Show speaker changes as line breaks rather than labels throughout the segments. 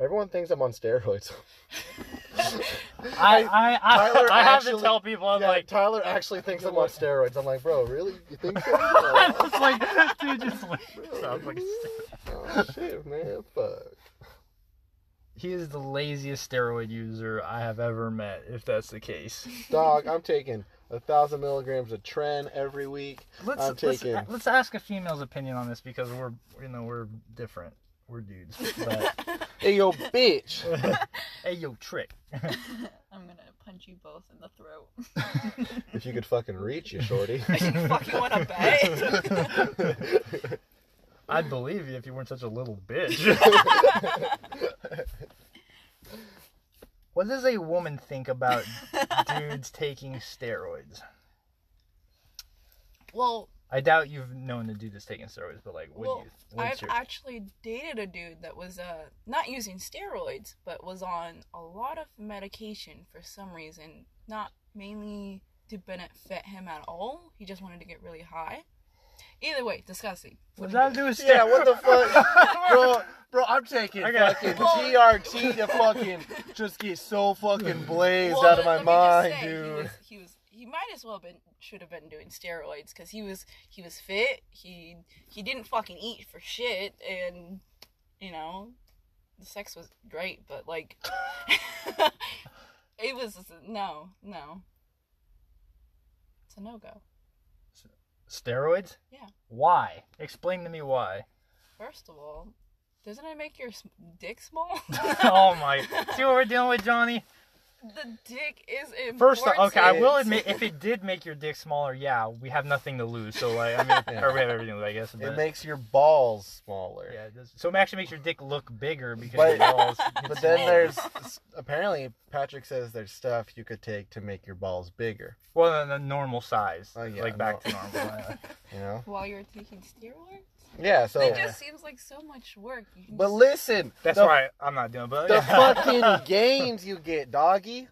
Everyone thinks I'm on steroids.
I I I,
Tyler
I have
actually-
to tell people I'm
Yeah,
like
Tyler actually thinks I'm on steroids. I'm like, bro, really? You think so?
I'm
oh,
just like this dude just like, sounds like a steroid.
oh, shit, man. Fuck.
He is the laziest steroid user I have ever met. If that's the case,
Dog, I'm taking a thousand milligrams of Tren every week.
let's
I'm
let's,
taking-
let's ask a female's opinion on this because we're you know we're different. We're dudes. But,
Hey, yo, bitch.
hey yo, trick.
I'm gonna punch you both in the throat.
if you could fucking reach, you shorty.
you fucking wanna bet?
I'd believe you if you weren't such a little bitch. what does a woman think about dudes taking steroids?
well,
I doubt you've known the dude that's taking steroids, but like, what
well
do you?
I've
What's your,
actually dated a dude that was uh not using steroids, but was on a lot of medication for some reason. Not mainly to benefit him at all. He just wanted to get really high. Either way, disgusting.
what does
Wouldn't
that do with steroids?
yeah, what the fuck? Bro, bro, I'm taking
Okay.
fucking GRT to fucking just get so fucking blazed
Well,
out of my
let- let me
mind,
just say,
dude.
He was, he was he might as well have been should have been doing steroids because he was he was fit. He he didn't fucking eat for shit, and you know, the sex was great, but like, it was just a- no no. It's a no go.
steroids?
Yeah.
Why? Explain to me why.
First of all, doesn't it make your s- dick small?
oh my! See what we're dealing with, Johnny.
the dick is important.
First off, okay, I will
It's-
admit if it did make your dick smaller, yeah, we have nothing to lose. So like, I mean, or we have everything, to lose, I guess.
It
But,
makes your balls smaller.
yeah, it does. so it actually makes your dick look bigger because
But-
your balls.
But then there's apparently Patrick says there's stuff you could take to make your balls bigger.
well, then the normal size,
Oh, yeah,
like back
no.
to normal. yeah.
You know?
While you're taking steroids,
Yeah. So,
it just seems like so much work. You can
but
just-
listen,
That's
the,
why I'm not doing. it, But
the fucking gains you get, doggy.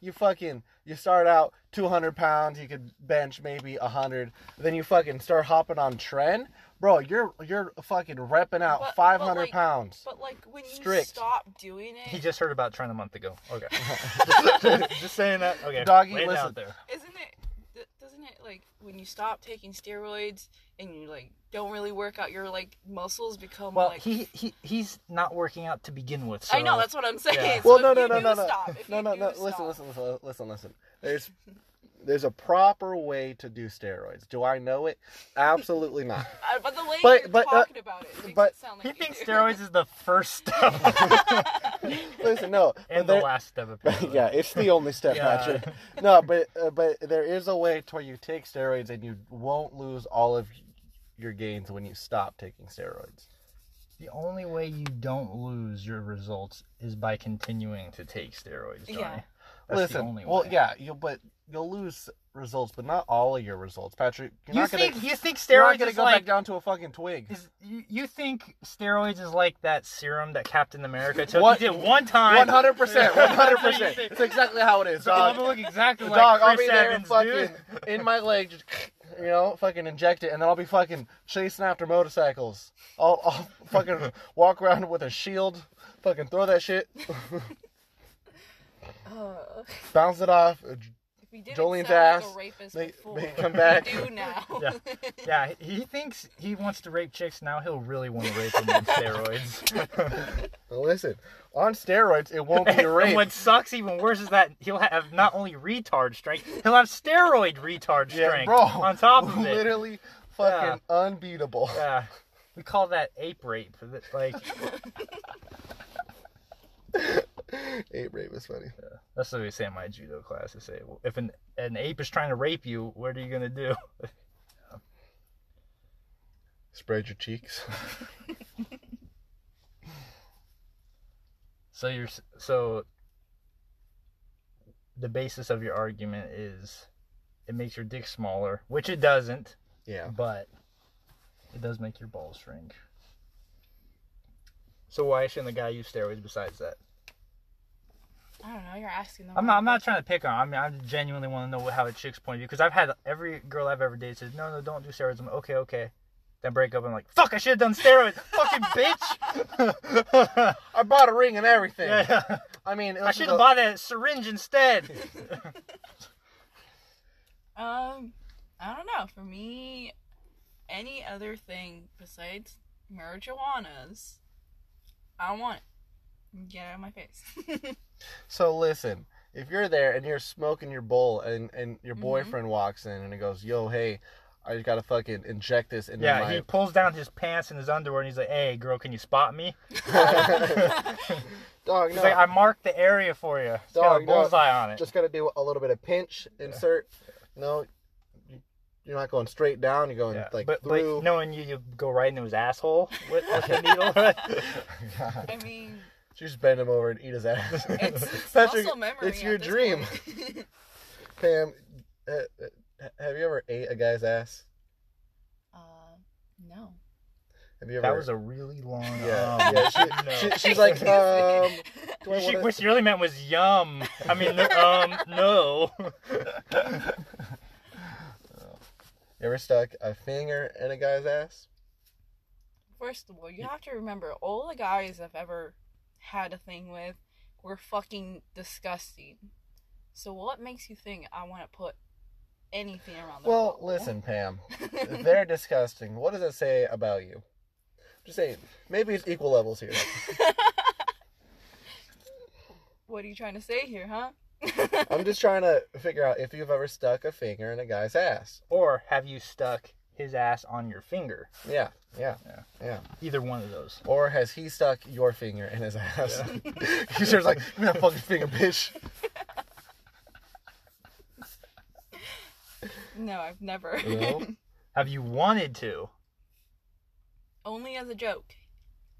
You fucking you start out 200 pounds. You could bench maybe 100. Then you fucking start hopping on trend, bro. You're you're fucking repping out
But- but
500
like-
pounds.
But like when you
Strict.
stop doing it,
He just heard about Trent a month ago. Okay. just, just- just saying that. Okay.
Doggy,
lay it
listen.
out there.
isn't it? d- Doesn't it like when you stop taking steroids and you like don't really work out your like muscles become
Well,
like.
he, he he's not working out to begin with. So
I know that's what I'm saying.
Yeah.
So
well,
if
no, no,
you
no,
do
no, no,
stop, if
no,
you
no,
do
no.
stop-
Listen, listen, listen, listen, listen. There's there's a proper way to do steroids. Do I know it? Absolutely not.
Uh, but the way
But-
you're
but, uh,
talking about it, it makes
but-
it sound like
He
you
thinks
do.
steroids is the first step
Listen, no. but
and
there-
the last step. Apparently.
yeah, it's the only step,
uh, Yeah.
Patrick. No, but uh, but there is a way to where you take steroids and you won't lose all of your gains when you stop taking steroids.
The only way you don't lose your results is by continuing to take steroids, Johnny.
Yeah.
That's
Listen,
the only way.
well, yeah, you but you'll lose results, but not all of your results, Patrick. You're
You
not
think
gonna,
you think
you're not
steroids
gonna
is
go
like
back down to a fucking twig.
is, you, you think steroids is like that serum that Captain America took?
What-
He did one time.
One hundred percent, one hundred percent. It's exactly how it is,
I'm gonna
dog.
look exactly like
Dog, I'll be
Chris
there
Evans,
fucking
dude.
in my leg, just you know, fucking inject it, and then I'll be fucking chasing after motorcycles. I'll, I'll fucking walk around with a shield, fucking throw that shit,
Uh,
bounce it off,
if we didn't
Jolene's
sound like
ass,
a rapist
make,
before,
make it come back.
we do now.
Yeah. Yeah, he he thinks he wants to rape chicks now. He'll really want to rape them on steroids.
Now listen, on steroids, it won't be a
And
rape.
what sucks even worse is that he'll have not only retard strength, he'll have steroid retard
Yeah,
strength
bro.
on top of it.
Literally fucking unbeatable.
Yeah. We call that ape rape. That- Like
Ape rape is funny.
that's what we say in my judo class. They say well, if an an ape is trying to rape you, what are you gonna do?
Spread your cheeks.
So you're s- so the basis of your argument is it makes your dick smaller, which it doesn't,
Yeah.
but it does make your balls shrink. So why shouldn't the guy use steroids besides that?
I don't know. You're asking them.
I'm not. I'm not trying to pick on. her. I mean, I genuinely want to know how a chick's point of view because I've had every girl I've ever dated says, "No, no, don't do steroids." I'm like, okay, okay. Then break up. I'm like, "Fuck! I should have done steroids, fucking bitch."
I bought a ring and everything.
Yeah, yeah.
I mean, it
I
was
should have
the-
bought a syringe instead.
Um, I don't know. For me, any other thing besides marijuanas, I don't want it. Get out of my face.
So listen, if you're there and you're smoking your bowl and and your
Mhm.
boyfriend walks in and he goes, "Yo, hey, I just gotta fucking inject this into
yeah,
my."
he pulls down his pants and his underwear, and he's like, "Hey, girl, can you spot me?"
Dog,
He's
no,
like, "I marked the area for you. It's got
Dog,
a
no.
bullseye on it."
just gotta do a little bit of pinch insert. No, you- you're not going straight down. You're going
Yeah,
like
but,
through.
but knowing you, you go right into his asshole with, with the needle.
I mean,
So you just bend him over and eat his ass.
it's, it's
Patrick,
muscle memory.
it's
at
your
this
dream.
point.
Pam, uh, uh, have you ever ate a guy's ass?
uh, no.
Have you ever?
that was a really long.
Yeah,
um,
yeah, she-
no.
she- she's like, um, do I
She,
wanna-
what she really meant was yum. I mean, no, um, no.
You ever stuck a finger in a guy's ass?
First of all, you have to remember all the guys I've ever had a thing with were fucking disgusting. So what makes you think I want to put anything around the
Well, listen, Pam. If they're disgusting, what does it say about you? Just saying, maybe it's equal levels here.
what are you trying to say here, huh?
I'm just trying to figure out if you've ever stuck a finger in a guy's ass.
Or have you stuck his ass on your finger?
Yeah, yeah,
Yeah.
yeah.
Either one of those.
Or has he stuck your finger in his ass? He's just like, give me that fucking finger, bitch.
no, I've never.
No?
Have you wanted to?
Only as a joke.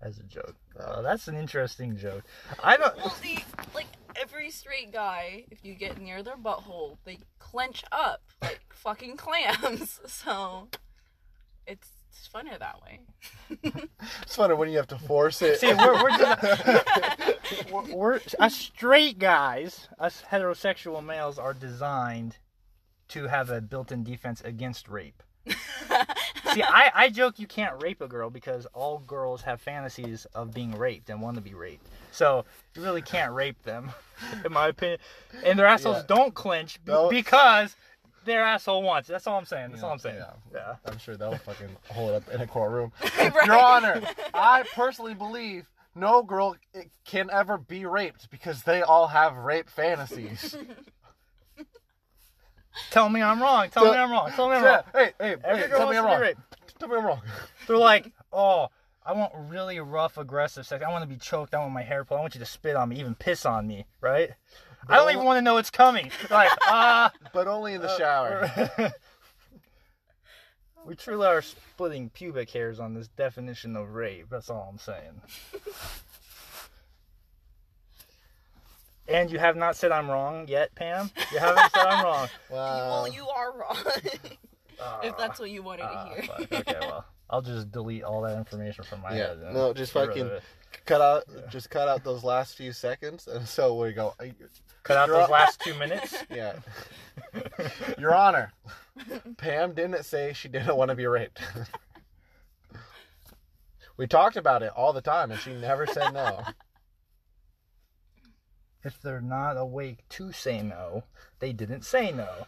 As a joke. Oh, that's an interesting joke. I don't.
Well, see, like every straight guy, if you get near their butthole, they clench up like fucking clams. So it's, it's funnier that way.
It's funny when you have to force it.
See, we're we're, just, we're, we're us straight guys, us heterosexual males are designed to have a built-in defense against rape. See, I, I joke you can't rape a girl because all girls have fantasies of being raped and want to be raped. So you really can't rape them, in my opinion. And their assholes
Yeah.
don't clench b-
No.
because their asshole wants. it. That's all I'm saying. That's all I'm saying.
Yeah.
yeah.
I'm sure that'll fucking hold up in a courtroom.
Right.
Your Honor, I personally believe no girl eh, can ever be raped because they all have rape fantasies.
Tell me I'm wrong. Tell
So-
me I'm wrong. Tell me I'm
yeah,
wrong.
hey, hey,
Every
hey,
girl
tell me I'm
wants to be
wrong.
raped.
Tell me I'm wrong.
They're like, oh, I want really rough, aggressive sex. I want to be choked. I want my hair pulled. I want you to spit on me, even piss on me, right? I don't even want to know it's coming. Like, ah.
But only in the shower.
we truly are splitting pubic hairs on this definition of rape. That's all I'm saying. and you have not said I'm wrong yet, Pam. You haven't said I'm wrong.
Wow.
well, you are wrong. if that's what you wanted
Ah,
to hear.
fuck. Okay, well, I'll just delete all that information from my
yeah,
head. then.
no, just
Get rid of
fucking
it.
cut out, just cut out those last few seconds, and so we go.
cut out
You're
those
up.
last two minutes.
Yeah. Your Honor, Pam didn't say she didn't want to be raped. we talked about it all the time, and she never said no.
If they're not awake to say no, they didn't say no.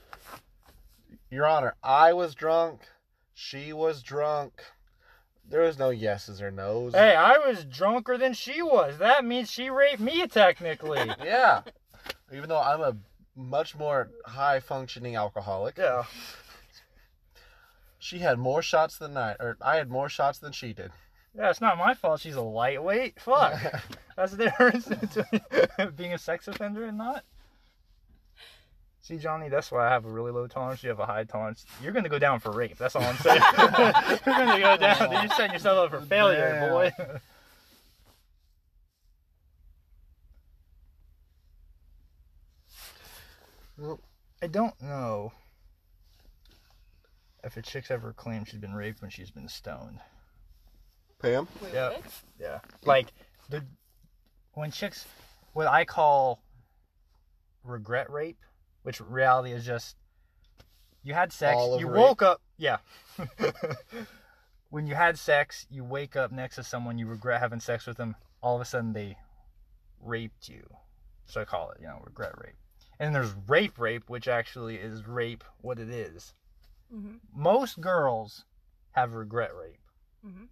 Your Honor, I was drunk. She was drunk. There was no yeses or nos.
Hey, I was drunker than she was. That means she raped me technically.
Yeah. Even though I'm a much more high functioning alcoholic.
yeah.
She had more shots than I, or I had more shots than she did.
Yeah, it's not my fault she's a lightweight. Fuck. That's the difference between being a sex offender and not. See, Johnny, that's why I have a really low tolerance. You have a high tolerance. You're going to go down for rape. That's all I'm saying. You're going to go down. You're setting yourself up for failure,
Damn.
boy.
Well,
I don't know if a chick's ever claimed she's been raped when she's been stoned.
Pam?
Wait,
Yeah.
what?
Yeah. Like the when chicks what I call regret rape, which reality is just you had sex,
All of
you
rape.
woke up yeah. when you had sex, you wake up next to someone, you regret having sex with them, all of a sudden they raped you. So I call it, you know, regret rape. And there's rape rape, which actually is rape what it is.
hmm
Most girls have regret rape,
hmm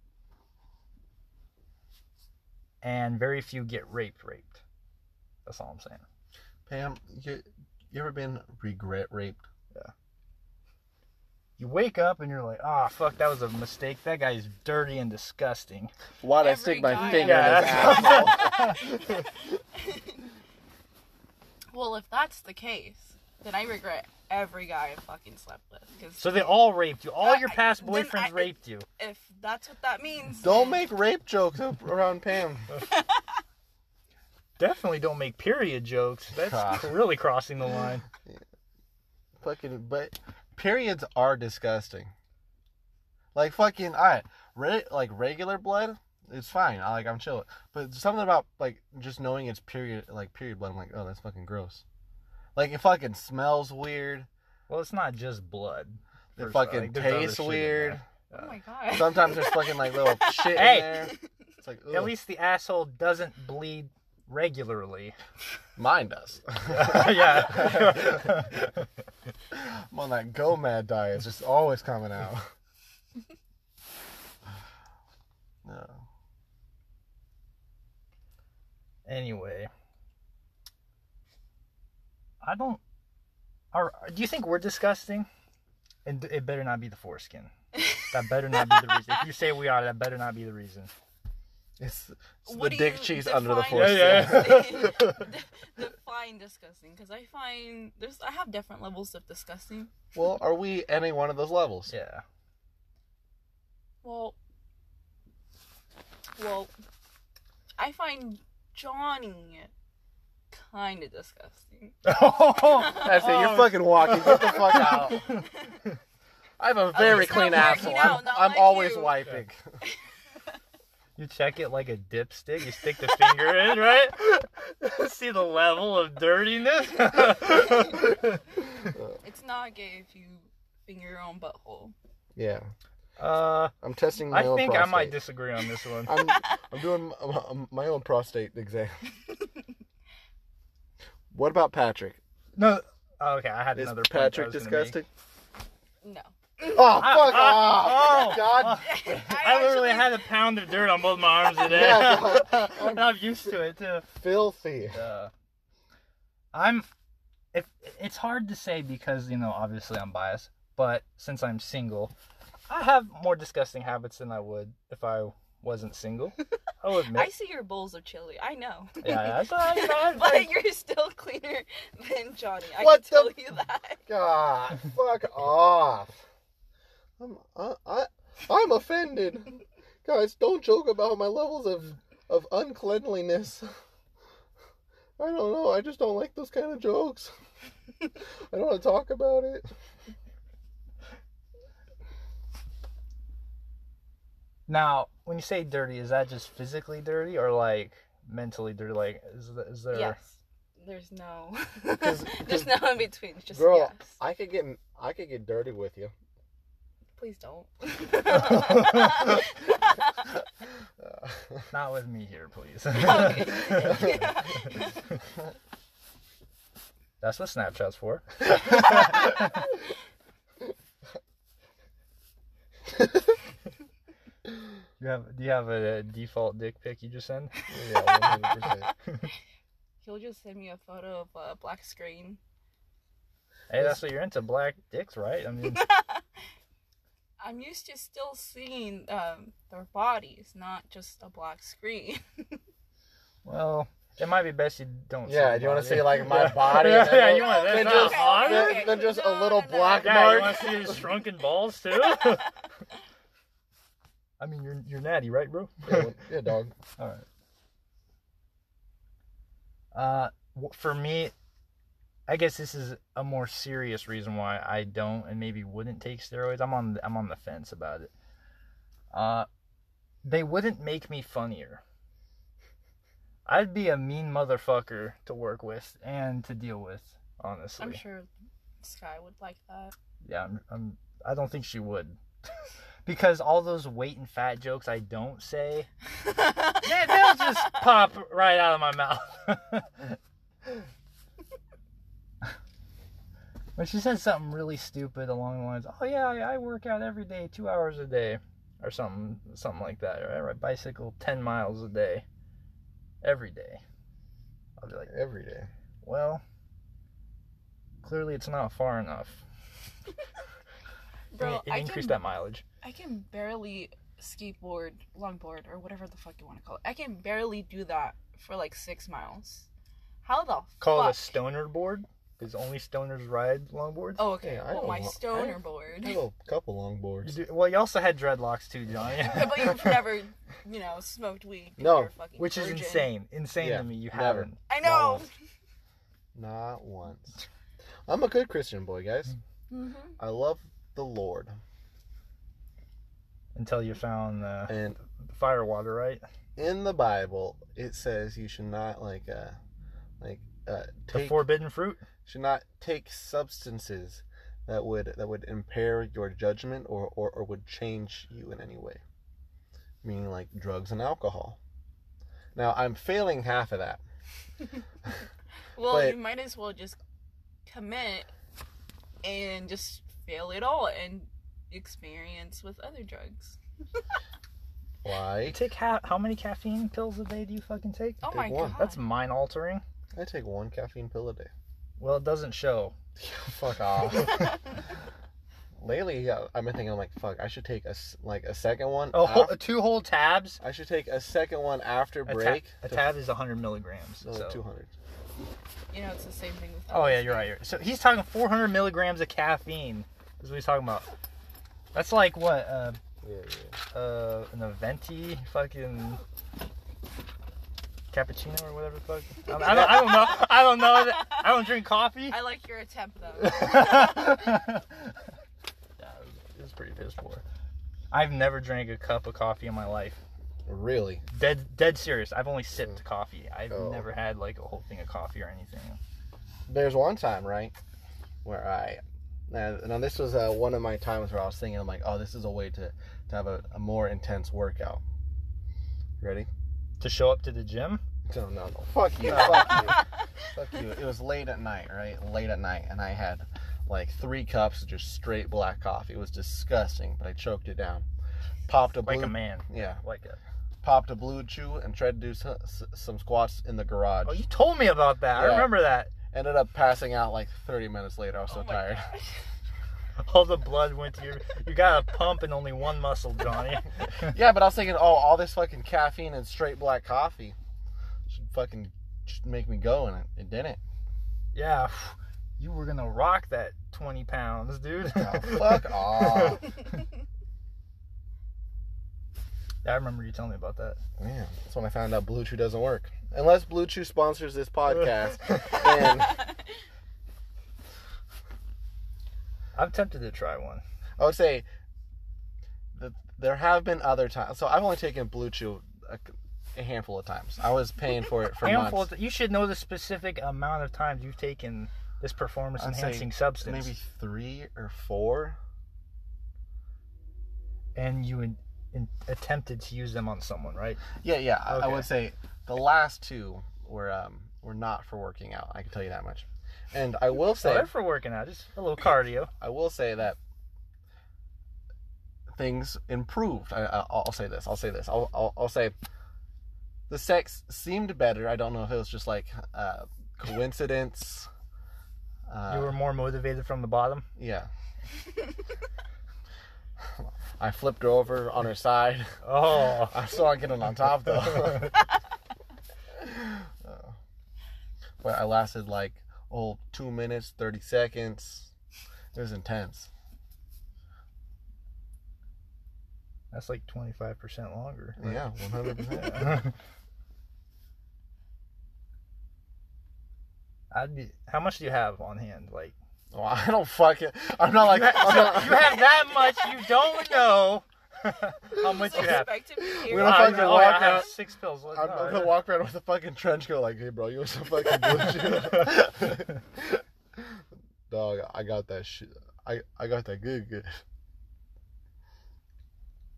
and very few get raped raped. That's all I'm saying.
Pam, you, you ever been regret raped?
You wake up and you're like, ah, fuck, that was a mistake. That guy's dirty and disgusting.
Why'd I
Every
stick my
guy
finger
has
in his
that. Yeah,
asshole?
Well, if that's the case, then I regret every guy I fucking slept with. Cause
So they all raped you. All your
I-
past
then
boyfriends
I-
raped you.
if that's what that means,
Don't
then-
make rape jokes up around Pam.
Definitely don't make period jokes. That's
Ah.
really crossing the line.
fucking, but periods are disgusting. Like fucking, all right, re- like regular blood, it's fine. I like, I'm chill. But something about like just knowing it's period, like period blood. I'm like, oh, that's fucking gross. Like it fucking smells weird.
Well, it's not just blood.
It
First,
fucking
like, there's other
tastes
shit in
weird.
there.
Oh my god.
Sometimes there's fucking like little shit
Hey.
in there. It's like
At
ugh.
least the asshole doesn't bleed regularly.
mine does.
yeah.
I'm on that go mad diet. It's just always coming out. no.
anyway, I don't. Are do you think we're disgusting? And it better not be the foreskin. That better not be the reason. If you say we are, that better not be the reason.
It's, it's
What
the
do you
dick cheese under the
define-
foreskin.
define disgusting because I find there's I have different levels of disgusting.
Well, are we any one of those levels?
yeah.
Well, well, I find Johnny kind of disgusting.
I say you're fucking walking. Get the fuck out. I
Oh,
have a very
it's not
clean
working
asshole.
out,
I'm,
not
I'm
like
always
you.
wiping.
You check it like a dipstick. You stick the finger in, right? See the level of dirtiness.
It's not gay if you finger your own butthole.
Yeah,
uh,
I'm testing my
I
own.
think I
prostate.
might disagree on this one.
I'm, I'm doing my, my own prostate exam. what about Patrick?
No. oh, okay, I had
Is
another. point I
Patrick
was gonna
disgusting?
No.
Oh, fuck off!
oh,
God,
I,
I literally
actually-
had a pound of dirt on both my arms today.
Yeah,
and I'm used to it too.
filthy.
Uh, I'm. If it's hard to say because you know, obviously I'm biased, but since I'm single, I have more disgusting habits than I would if I wasn't single. I'll
I
admit.
see your bowls of chili. I know.
yeah, that's all right, you know, I,
but you're still cleaner than Johnny. I
What
can
the-
tell you that.
God, fuck off. I'm I, I I'm offended. Guys, don't joke about my levels of of uncleanliness. I don't know. I just don't like those kind of jokes. I don't want to talk about it.
Now, when you say dirty, is that just physically dirty or like mentally dirty? Like, is, th- is there?
Yes. There's no.
'Cause-
There's no in between. It's just
Girl,
yes.
I could get I could get dirty with you.
Please don't.
Not with me here, please.
Okay.
That's what Snapchat's for. you have? Do you have a, default dick pic you just send?
Yeah, 100%.
He'll just send me a photo of a black screen.
Hey, that's what you're into, black dicks, right? I mean,
I'm used to still seeing um, their bodies, not just a black screen.
well, it might be best you don't.
Yeah,
see
do you want
body.
to see like my
Yeah.
body?
Yeah,
and then
yeah,
we'll-
you want
then
that's
just-
not hard.
then- then just a little black
Yeah,
Mark.
you want to see his shrunken balls too? I mean, you're you're natty, right, bro?
Yeah, well, yeah, dog.
All right. Uh, w- for me, I guess this is a more serious reason why I don't and maybe wouldn't take steroids. I'm on the, I'm on the fence about it. Uh, they wouldn't make me funnier. I'd be a mean motherfucker to work with and to deal with, honestly.
I'm sure Sky would like that.
Yeah, I'm, I'm. I don't think she would. because all those weight and fat jokes I don't say, they, they'll just pop right out of my mouth. But she said something really stupid along the lines, "Oh yeah, I, I work out every day, two hours a day, or something, something like that. Right? I ride bicycle ten miles a day, every day." I'll be like,
every day.
"Well, clearly it's not far enough.
Bro,
it, it
I
increased
can,
that mileage."
I can barely skateboard, longboard, or whatever the fuck you want to call it. I can barely do that for like six miles. How the
Call
fuck?
it a stoner board, because only stoners ride longboards.
Oh, okay.
Yeah, I
well,
don't
my
want- I
stoner
don't-
board.
I have a couple long
You
boards.
do- well, you also had dreadlocks too, Johnny.
but you've never, you know, smoked weed. because
No,
you're a fucking
Which is
virgin.
insane, insane
Yeah,
to me. You
never.
haven't.
I know.
Not once. I'm a good Christian boy, guys.
hmm
I love the Lord.
until you found uh,
And
the fire water, right?
in the Bible, it says you should not like uh like uh
the
take
forbidden fruit.
should not take substances that would that would impair your judgment or, or, or would change you in any way. Meaning like drugs and alcohol. Now I'm failing half of that.
Well,
But-
you might as well just commit and just fail it all and experience with other drugs.
You
Like
take ha- how many caffeine pills a day do you fucking take?
Oh
Take
my
one.
god.
That's mind altering.
I take one caffeine pill a day.
Well, it doesn't show.
Fuck off. Lately, yeah, I've been thinking I'm like, fuck, I should take a s- like a second one.
Oh, whole,
af-
two whole tabs.
I should take a second one after
A, ta-
break.
a
to-
tab is 100 milligrams.
no,
so.
200.
you know, it's the same thing with.
Oh yeah, you're right. You're, so he's talking 400 milligrams of caffeine. Is what he's talking about. That's like what uh,
Yeah, yeah.
uh, an Aventi fucking cappuccino or whatever the fuck. I don't, I don't, I don't know. I don't know. That, I don't drink coffee.
I like your attempt though. Oh
yeah, it was pretty piss poor. I've never drank a cup of coffee in my life.
Really?
Dead, dead serious. I've only sipped coffee. I've
Oh.
never had like a whole thing of coffee or anything.
There's one time, right, where I. Now, now this was uh, one of my times where I was thinking, I'm like, oh, this is a way to, to have a, a more intense workout. Ready?
To show up to the gym,
No, no, no. Fuck you. fuck you. Fuck you. It was late at night, right? Late at night, and I had like three cups of just straight black coffee. It was disgusting, but I choked it down. Popped a blue.
like a man,
Yeah,
like a.
popped a blue chew and tried to do some, some squats in the garage.
Oh, you told me about that. I
Yeah.
remember that.
Ended up passing out like 30 minutes later. I was so
Oh my
tired.
gosh.
All the blood went to your. You got a pump and only one muscle, Johnny.
Yeah, but I was thinking, oh, all this fucking caffeine and straight black coffee should fucking just make me go, and it, it didn't.
yeah, you were gonna rock that twenty pounds, dude.
Oh, fuck off.
Yeah, I remember you telling me about that.
Yeah, that's when I found out Blue Chew doesn't work. Unless Blue Chew sponsors this podcast, then
I'm tempted to try one.
I would say that there have been other times. So I've only taken Blue Chew a, a handful of times. I was paying for it for
handful
months.
of- you should know the specific amount of times you've taken this performance
I'd say
enhancing substance
Maybe three or four.
and you in, in, attempted to use them on someone right
Yeah, yeah. I, I
Okay.
would say the last two were um were not for working out. I can tell you that much. And I will
so
say
they're for working out just a little cardio
I will say that things improved. I, I, I'll say this. I'll say this. I'll, I'll, I'll say the sex seemed better. I don't know if it was just like uh, coincidence. Uh,
you were more motivated from the bottom
yeah. I flipped her over on her side.
oh
I still not getting on top though. Uh, but I lasted like oh two minutes thirty seconds. It was intense.
that's like 25% longer
Yeah, one hundred percent.
I'd be, how much do you have on hand? Like
Oh, I don't fucking. I'm not like. I'm not-
you have that much, you don't know how much you have.
Expect to be
We
here.
don't
Oh,
fucking
no,
walk
I have
out.
six pills.
I'm, I'm gonna walk around with a fucking trench coat, like, hey, bro, you want some fucking blue chew? Dog, I got that shit. I, I got that good, good.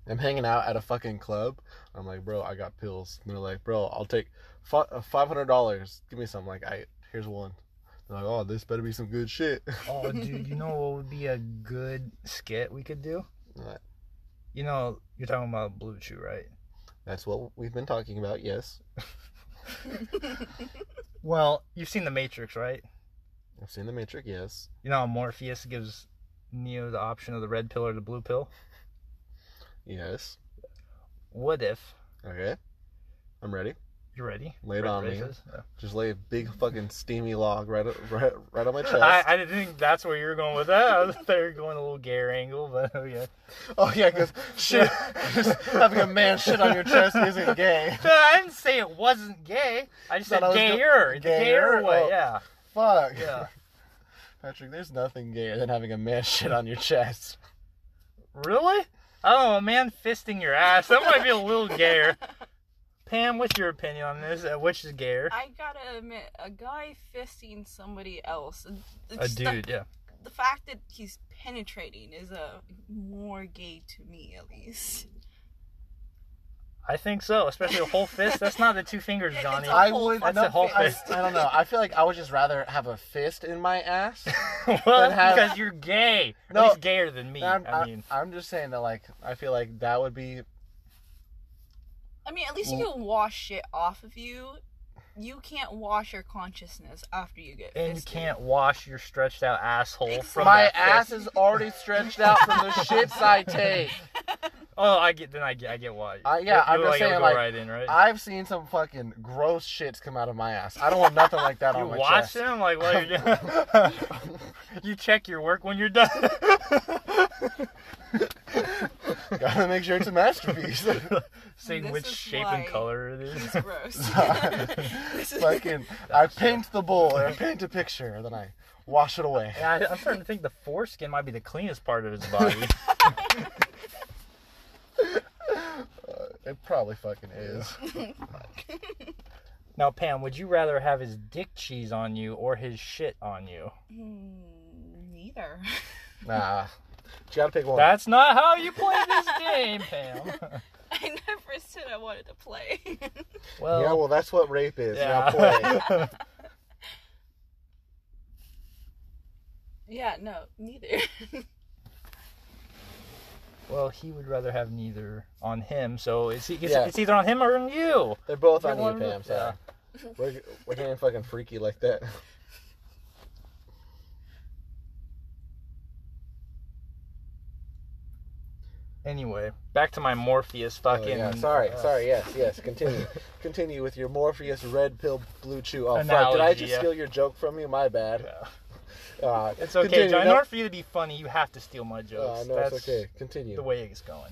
I'm hanging out at a fucking club. I'm like, bro, I got pills. And they're like, bro, I'll take uh, five hundred dollars. Give me some. Like, I here's one. They're like, oh, this better be some good shit.
Oh, dude, you know what would be a good skit we could do?
What?
You know, you're talking about Blue Chew, right?
That's what we've been talking about. Yes,
Well, you've seen The Matrix, right?
I've seen The Matrix. Yes,
You know how Morpheus gives Neo the option of the red pill or the blue pill?
yes.
What if,
Okay, I'm ready.
you ready?
Lay it
Ready
on
for
me.
this? Yeah.
Just lay a big fucking steamy log right, right, right on my chest.
I, I didn't think that's where you were going with that. I was thought you were going a little gare angle, but oh yeah.
Oh yeah, because shit, just having a man shit on your chest isn't gay.
I didn't say it wasn't gay. I just
Thought
said
I was go-
gayer. the gayer,
gayer?
way,
Oh.
yeah.
Fuck.
Yeah.
Patrick, there's nothing gayer than having a man shit on your chest.
Really? I don't know, a man fisting your ass. That might be a little gayer. Pam, what's your opinion on this? Uh, which is gayer?
I gotta admit, a guy fisting somebody else,
A
it's
dude, yeah.
The, the fact that he's penetrating is uh, more gay to me, at least.
I think so, especially a whole fist. That's not the two fingers,
It's
Johnny.
all-
I would.
That's
no,
a whole
I,
fist.
I don't know. I feel like I would just rather have a fist in my ass.
well,
Then
that's
have-
because you're gay.
No.
At least gayer than me.
I'm,
I mean,
I'm just saying that, like, I feel like that would be.
I mean, at least you can wash shit off of you. You can't wash your consciousness after you get
and you
fisted.
can't wash your stretched out asshole from
my
that fist.
ass is already stretched out from the shits I take.
Oh, I get. Then I get. I get why.
I- yeah, I'm
you
just
like, it'll
saying,
go
like,
right in, right?
I've seen some fucking gross shits come out of my ass. I don't want nothing like that
you
on my
watch
chest.
them like while you're done. you check your work when you're done.
Gotta make sure it's a masterpiece.
Say
This
which
is
shape
why
and color it is.
He's gross. This is-
Fucking, I paint the bowl or I paint a picture, and then I wash it away.
Yeah, I, I'm starting to think the foreskin might be the cleanest part of his body.
It probably fucking is.
now, Pam, would you rather have his dick cheese on you or his shit on you?
Hmm, neither.
Nah. You gotta pick one.
That's not how you play this game, Pam.
I never said I wanted to play.
Well,
yeah, well, that's what rape is.
Yeah.
Now play.
yeah, no, neither.
well, he would rather have neither on him. So it's it's,
Yeah.
it's either on him or on you.
They're both
Pick
on
one.
you, Pam. Sorry. We're, we're getting fucking freaky like that.
Anyway, back to my Morpheus
Oh,
fucking.
yeah. Sorry,
uh,
sorry. Yes, yes. Continue. Continue with your Morpheus red pill blue chew. Oh, fuck. Did I
Analogy,
just
yeah.
steal your joke from you? My bad.
yeah.
Uh,
It's okay,
continue.
John. In
No-
order for you to be funny, you have to steal my jokes.
Uh, no,
That's
it's okay.
the
Continue.
way it's going.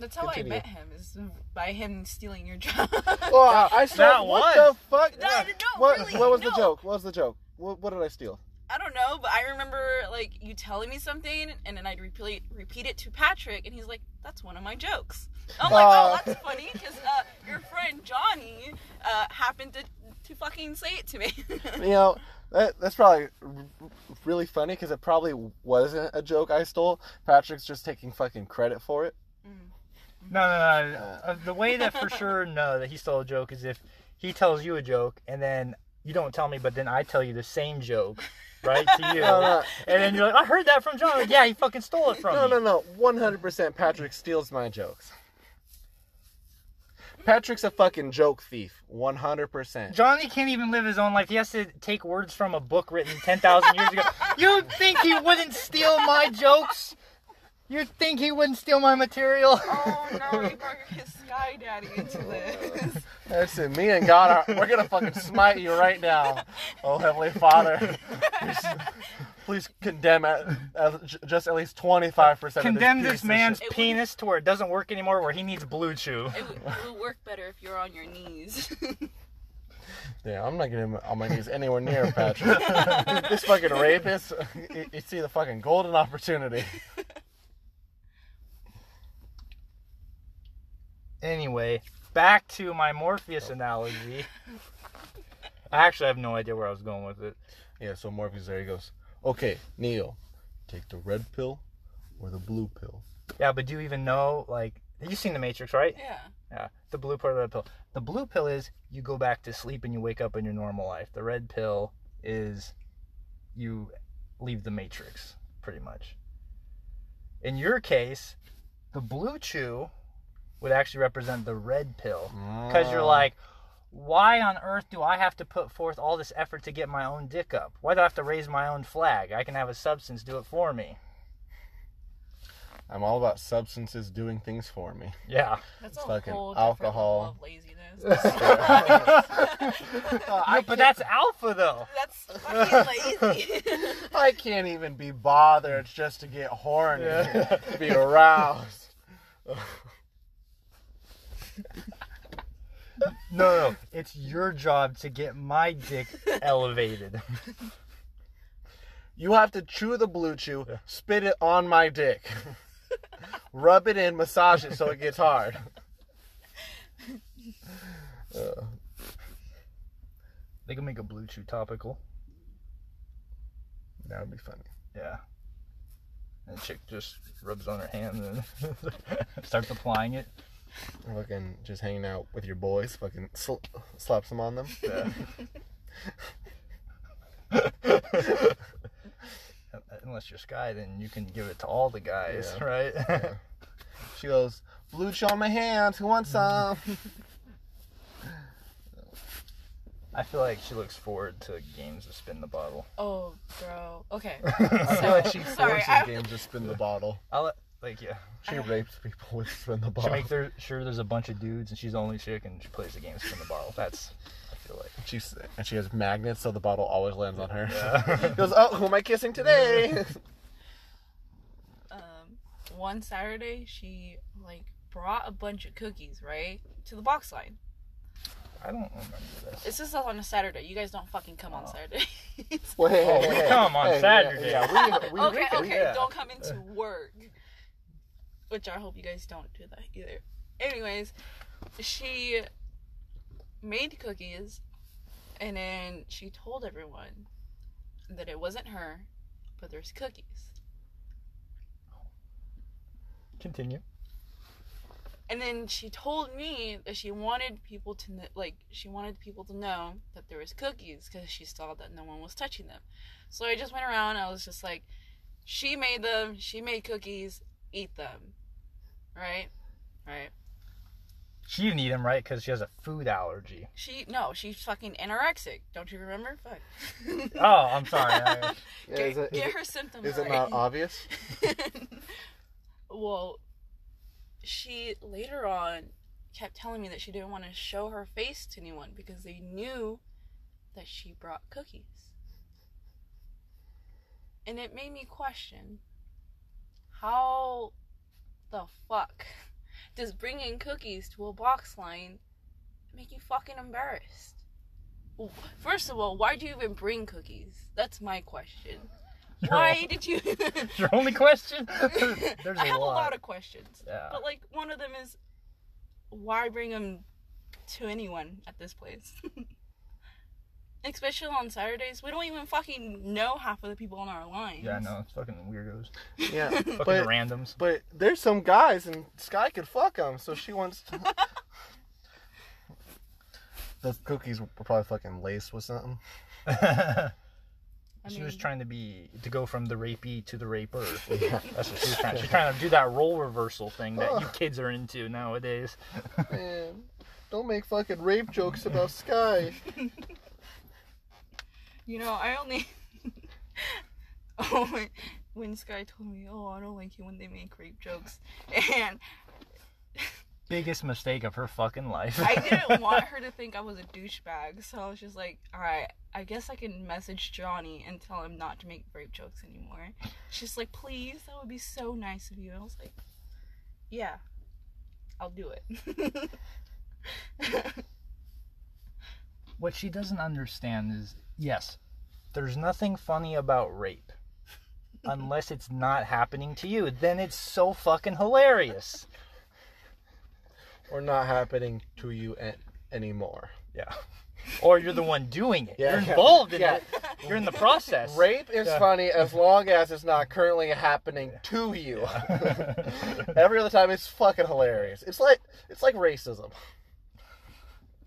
That's how
Continue.
I met him, is by him stealing your job.
Oh, I stole.
That
what
was-
the fuck?
No, no,
what,
really,
what was the
no.
joke? What was the joke? What, what did I steal?
I don't know, but I remember like you telling me something, and then I'd repeat repeat it to Patrick, and he's like, "That's one of my jokes." I'm like, "Oh,
Aw.
that's funny," because uh, your friend Johnny uh, happened to to fucking say it to me.
You know, that, that's probably r- really funny because it probably wasn't a joke I stole. Patrick's just taking fucking credit for it.
No, no, no. Uh, the way that for sure no that he stole a joke is if he tells you a joke and then you don't tell me, but then I tell you the same joke, right to you,
No, no.
and then you're like, I heard that from John. Like, yeah, he fucking stole it from
No,
me.
no, no. 100% Patrick steals my jokes. Patrick's a fucking joke thief. 100%.
Johnny can't even live his own life. He has to take words from a book written 10,000 years ago. You'd think he wouldn't steal my jokes? You'd think he wouldn't steal my material?
oh no, he brought his sky daddy into this.
Listen, me and God are. We're gonna fucking smite you right now. Oh, Heavenly Father. Please, please condemn at, at j- just at least 25%
Condemn
of this,
this
piece of
man's
shit.
It would-
penis to where it doesn't work anymore, where he needs blue chew.
It would, it would work better if you're on your knees.
Yeah, I'm not getting on my knees anywhere near Patrick. this fucking rapist, you, you see the fucking golden opportunity.
Anyway, back to my Morpheus analogy. I actually have no idea where I was going with it.
Yeah, so Morpheus there he goes. Okay, Neo, take the red pill or the blue pill.
Yeah, but do you even know, like, You've seen The Matrix, right?
Yeah.
Yeah. The blue pill, red pill. The blue pill is you go back to sleep and you wake up in your normal life. The red pill is you leave the matrix, pretty much. In your case, the blue chew would actually represent the red pill because you're like, why on earth do I have to put forth all this effort to get my own dick up? Why do I have to raise my own flag? I can have a substance do it for me.
I'm all about substances doing things for me.
Yeah.
That's
It's
a
fucking
whole
alcohol.
different level of laziness.
No, but that's alpha though.
That's fucking lazy.
I can't even be bothered just to get horny,
Yeah.
to be aroused.
No, no, no. It's your job to get my dick elevated.
You have to chew the blue chew, spit it on my dick, rub it in, massage it so it gets hard. Uh,
They can make a blue chew topical.
that would be funny.
Yeah. And the chick just rubs on her hand and starts applying it.
Fucking just hanging out with your boys, fucking sl- slaps them on them.
Yeah. Unless you're Sky, then you can give it to all the guys,
Yeah.
right?
She goes, Blue chew on my hands, who wants some?
I feel like she looks forward to games of spin the bottle.
oh, bro. Okay.
I feel like she
Sorry,
forces
I-
games to spin the bottle.
I'll let, like, yeah.
She rapes people with spin the
She
bottle.
make there, sure there's a bunch of dudes and she's the only chick and she plays the game of spin the bottle. That's, I feel like.
She's and she has magnets, so the bottle always lands on her.
Yeah.
goes, oh, who am I kissing today?
Um, one Saturday, she like brought a bunch of cookies, right, to the box line.
I don't remember this.
This is on a Saturday. You guys don't fucking come on Saturdays.
Well, hey,
Oh, we come on
yeah,
Saturday.
Yeah, we, we,
okay,
we-
okay,
yeah.
don't come into work. Which I hope you guys don't do that either. Anyways, she made cookies and then she told everyone that it wasn't her, but there's cookies.
Continue.
And then she told me that she wanted people to kn- like she wanted people to know that there was cookies because she saw that no one was touching them. So I just went around. I was just like, she made them. She made cookies. Eat them. Right. Right.
She didn't eat them, right? Because she has a food allergy.
She no. She's fucking anorexic. Don't you remember? Fuck.
Oh, I'm sorry. I-
yeah,
get
is it- is
get
it-
her symptoms
is it
right.
not obvious?
well, she later on kept telling me that she didn't want to show her face to anyone because they knew that she brought cookies. And it made me question how the fuck does bringing cookies to a box line make you fucking embarrassed? First of all, why do you even bring cookies? That's my question.
You're
Why did you?
Your only question? There's
I
a
have
lot.
a lot of questions,
Yeah.
but like one of them is, why bring them to anyone at this place? Especially on Saturdays, we don't even fucking know half of the people on our line.
Yeah, I know. It's fucking weirdos.
Yeah,
Fucking
but
randoms.
but there's some guys, and Sky could fuck them, so she wants. to... Those cookies were probably fucking laced with something.
I
she was
mean-
trying to be to go from the rapey to the raper. That's what she was trying. She's trying to do that role reversal thing that you kids are into nowadays.
Man, don't make fucking rape jokes about Sky.
You know, I only. oh, when- when Sky told me, "Oh, I don't like it when they make rape jokes," and
Biggest mistake of her fucking life.
I didn't want her to think I was a douchebag, so I was just like, all right, I guess I can message Johnny and tell him not to make rape jokes anymore. She's like, please, that would be so nice of you. And I was like, yeah, I'll do it.
what she doesn't understand is yes, there's nothing funny about rape unless it's not happening to you. Then it's so fucking hilarious.
or not happening to you an- anymore.
Yeah. Or you're the one doing it.
Yeah,
you're
yeah.
involved in
Yeah.
it. You're in the process.
Rape is
Yeah.
funny as long as it's not currently happening to you. Every other time, it's fucking hilarious. It's like it's like racism.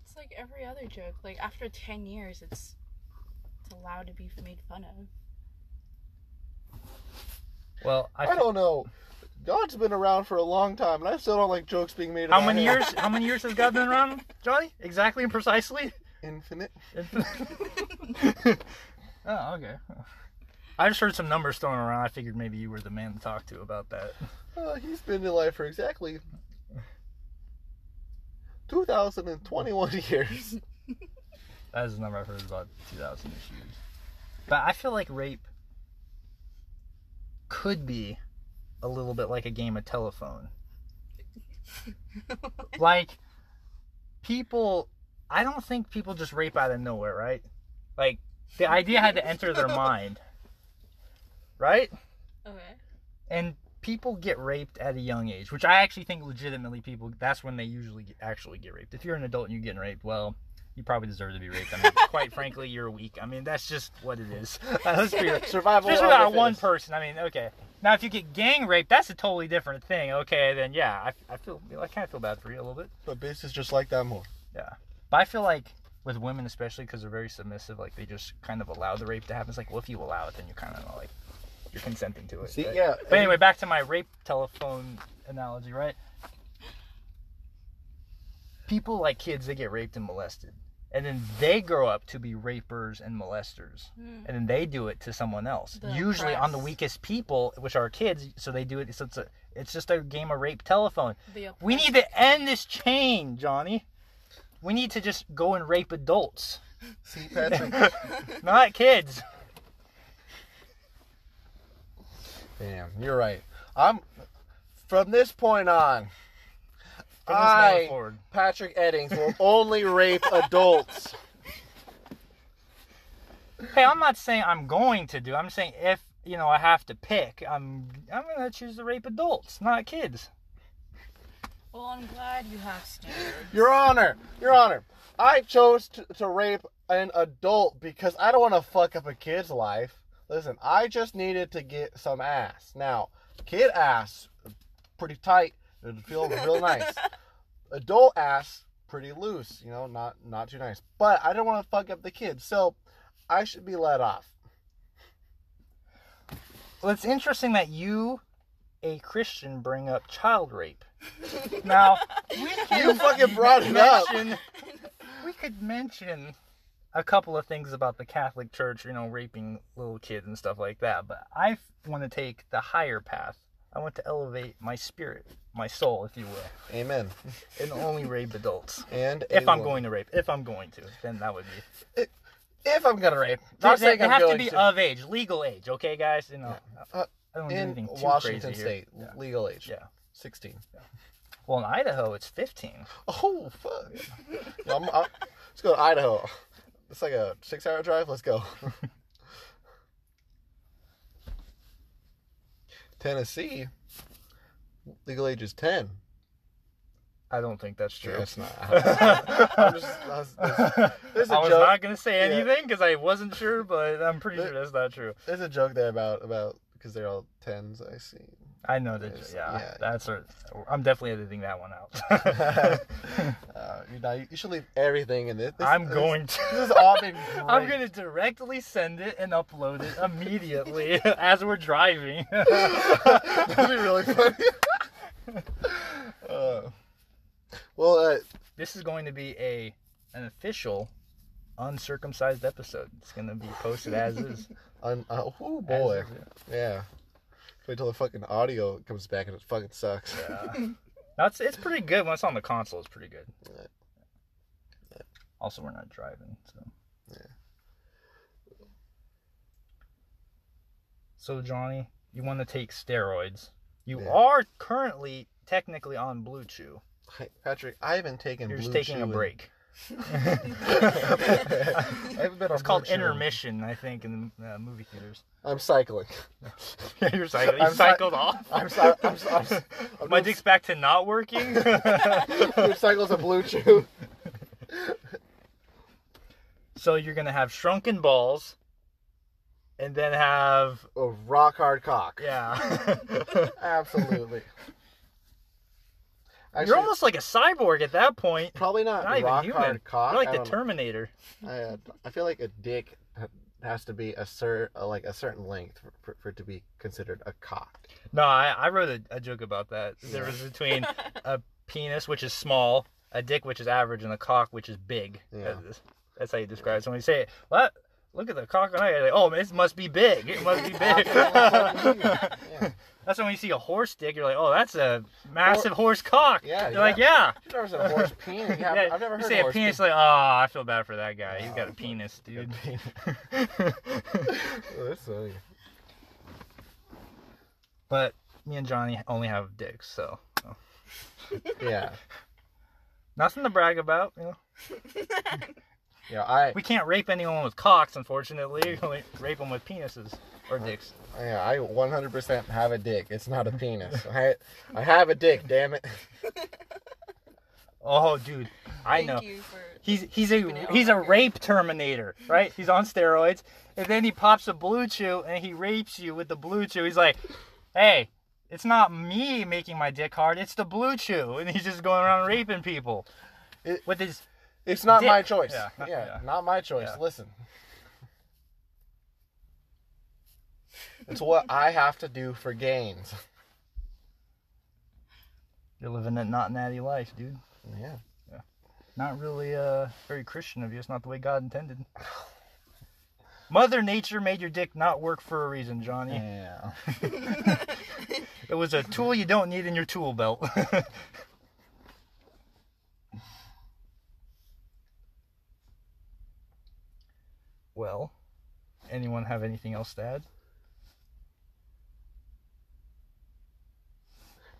It's like every other joke. Like after ten years, it's it's allowed to be made fun of.
well, I,
I don't know. God's been around for a long time, and I still don't like jokes being made.
how
about
many
him.
years? How many years has God been around, Johnny? Exactly and precisely.
Infinite.
oh, okay. I just heard some numbers thrown around. I figured maybe you were the man to talk to about that.
Uh, he's been alive for exactly 2,021 years.
That is the number I've heard about 2,000 issues. But I feel like rape could be a little bit like a game of telephone. like, people, I don't think people just rape out of nowhere, right? Like, the idea had to enter their mind, right?
Okay.
And people get raped at a young age, which I actually think legitimately people, that's when they usually get, actually get raped. If you're an adult and you're getting raped, well, you probably deserve to be raped. I mean, quite frankly, you're weak. I mean, that's just what it is. Uh, Let's be real.
Survival
Just
of the
about one
fittest.
person. I mean, okay. Now, if you get gang raped, that's a totally different thing. Okay, then yeah, I, I feel I kind of feel bad for you a little bit.
But bitch is just like that more.
But I feel like with women, especially because they're very submissive, like they just kind of allow the rape to happen. It's like, well, if you allow it, then you're kind of like you're consenting to it.
See,
right?
yeah.
But anyway, back to my rape telephone analogy, right? People like kids, they get raped and molested. And then they grow up to be rapers and molesters.
Hmm.
And then they do it to someone else.
The
Usually on the
oppressed.
weakest people, which are kids, so they do it. So it's, a, it's just a game of rape telephone.
The
We need to end this chain, Johnny. We need to just go and rape adults,
See, Patrick.
not kids.
Damn, you're right. I'm. From this point on,
From this
I-
moment forward.
Patrick Eddings will only rape adults.
Hey, I'm not saying I'm going to do. I'm saying if you know I have to pick, I'm I'm gonna choose to rape adults, not kids.
Well, I'm glad you have standards.
Your Honor, Your Honor, I chose to, to rape an adult because I don't want to fuck up a kid's life. Listen, I just needed to get some ass. Now, kid ass, pretty tight. It'd feel real nice. Adult ass, pretty loose. You know, not not too nice. But I don't want to fuck up the kid, so I should be let off.
Well, it's interesting that you, a Christian, bring up child rape. Now we can
You fucking brought it up.
mention we could mention a couple of things about the Catholic Church, you know, raping little kids and stuff like that. But I want to take the higher path. I want to elevate my spirit, my soul, if you will,
Amen.
and only rape adults.
And
If
a
I'm
woman.
going to rape, if I'm going to, then that would be.
if I'm gonna rape,
They,
not saying
they
I'm
have to
going
be of age, legal age. Okay, guys. You know,
Uh,
I don't do
in
anything too
Washington
crazy
State,
Here. Yeah.
legal age.
Yeah.
sixteen.
Well, in Idaho, it's 15.
Oh fuck! No, I'm- I'm- let's go to Idaho. It's like a six-hour drive. Let's go. Tennessee, legal age is ten.
I don't think that's true.
That's not. I'm
I'm
just,
just-
that's, that's-
I
there's
was
a joke.
not gonna say
Yeah.
anything because I wasn't sure, but I'm pretty sure that's not true.
there's a joke there about about because they're all tens. I see.
I know that.
There's-
Yeah,
yeah.
that's. A, I'm definitely editing that one out.
Uh, you know, you should leave everything in this. this
I'm
this-
going to.
This has all been.
I'm
great.
gonna directly send it and upload it immediately as we're driving.
That'd be really funny. uh, well, uh,
this is going to be a an official uncircumcised episode. It's gonna be posted as is.
un- uh, oh boy,
As is,
yeah. Wait till the fucking audio comes back and it fucking sucks.
yeah. That's it's pretty good. When it's on the console, it's pretty good.
Yeah.
Also, we're not driving, so. So Johnny, you want to take steroids? You
Yeah.
are currently technically on Blue Chew.
Hey, Patrick, I haven't taken.
You're
Blue
just taking
Chew
a
in-
break.
I haven't been on
It's called
Blue Chew in-
intermission, I think, in the uh, movie theaters.
I'm cycling.
You're cycled.
I'm
You
cy-
cycled off.
I'm sorry. I'm, so- I'm, so- I'm
My
doing-
dick's back to not working.
doing cycles of Blue Chew.
So you're gonna have shrunken balls, and then have
A rock hard cock.
yeah.
Absolutely.
you're almost like a cyborg at that point.
probably not,
Not even
rock
human.
hard cock.
You're
I
like the
don't know.
Terminator.
I, uh, I feel like a dick ha- has to be a cer- uh, like a certain length for, for, for it to be considered a cock.
No, I, I wrote a, a joke about that. The difference between a penis, which is small, a dick, which is average, and a cock, which is big.
Yeah.
That's, that's how you describe it. So when you say, "What? Look at the cock," and I you're like, "Oh, man, it must be big. It must be big."
Yeah.
that's when you see a horse dick, you're like, "Oh, that's a massive horse cock."
Yeah,
You're like, "Yeah."
I've never seen a horse penis. Yeah, I've- I've never
you
heard
say
horse
a penis, like, "Oh, I feel bad for that guy. He's got a penis, dude."
penis. Oh, that's funny.
but me and Johnny only have dicks, so
yeah,
nothing to brag about, you know.
yeah. I
We can't rape anyone with cocks, unfortunately. We can only rape them with penises or dicks.
yeah, I 100% have a dick. It's not a penis. I I have a dick. Damn it.
Oh, dude, I
Thank
know.
you for.
He's he's a he's a rape terminator, right? He's on steroids, and then he pops a blue chew and he rapes you with the blue chew. He's like, "Hey, it's not me making my dick hard; it's the blue chew," and he's just going around raping people
It-
with his
It's not my
Dick.
choice.
Yeah,
Yeah,
not- yeah.
not my choice.
Yeah.
Listen. It's what I have to do for gains.
You're living that not natty life, dude.
Yeah.
Not really uh very Christian of you. It's not the way God intended. Mother Nature made your dick not work for a reason, Johnny.
Yeah.
It was a tool you don't need in your tool belt. well, anyone have anything else to add?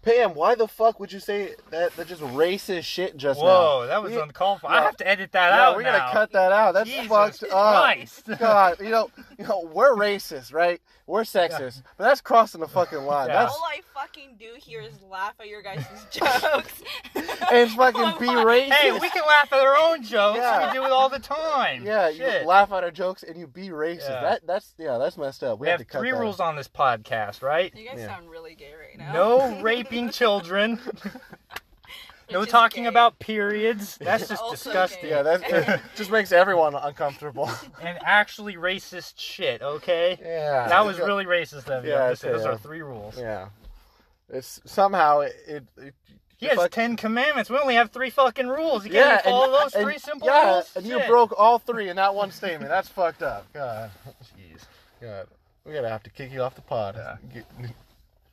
Pam, why the fuck would you say that? That just racist shit just now.
Whoa, that was
We-
uncalled for. I
Yeah.
have to edit that
Yeah,
out.
we gotta
now.
cut that out. That's
Jesus
fucked up.
Christ.
God, you know, you know, we're racist, right? We're sexist, but that's crossing the fucking line.
Yeah.
That's
All I fucking do here is laugh at your guys' jokes. Oh
and fucking be racist.
Hey, we can laugh at our own jokes.
Yeah.
We do it all the time.
yeah,
Shit.
you laugh at our jokes and you be racist.
Yeah.
That that's yeah, that's messed up. We,
We
have,
have
to cut
three
that.
rules on this podcast, right?
You guys
Yeah.
sound really gay right now.
No raping children. no
Which is
talking
gay.
about periods. That's just
Also
disgusting.
gay.
Yeah, that it just makes everyone uncomfortable.
And actually racist shit, okay?
yeah,
That was really racist of you.
Yeah,
I'm just saying, those
yeah.
are three rules.
yeah. It's somehow it. it, it
He has
fuck-
ten commandments. We only have three fucking rules. You
yeah,
can't even follow
and,
those
and-
three simple
yeah,
rules.
and
Shit.
you broke all three in that one statement. That's fucked up. God,
Jeez.
God, we gotta have to kick you off the pod.
Yeah.
Get-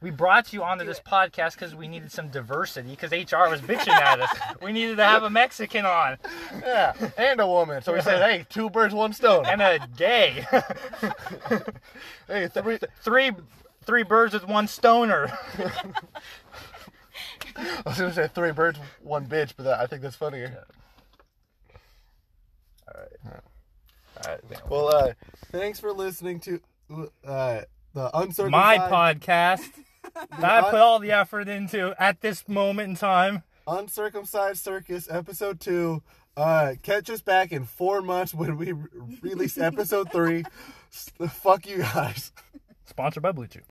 We brought you onto
Do
this
it.
podcast because we needed some diversity. Because HR was bitching at us. We needed to have a Mexican on
Yeah, and a woman. So we said, hey, two birds, one stone.
and a gay.
hey, three,
three three birds with one stoner.
I was gonna say three birds, one bitch, but that, I think that's funnier. Well, uh, thanks for listening to uh, the uncircumcised.
My podcast that I put all the effort into at this moment in time.
uncircumcised circus episode two. Uh, catch us back in four months when we re- release episode three. S- Fuck you guys.
Sponsored by Blue Chew.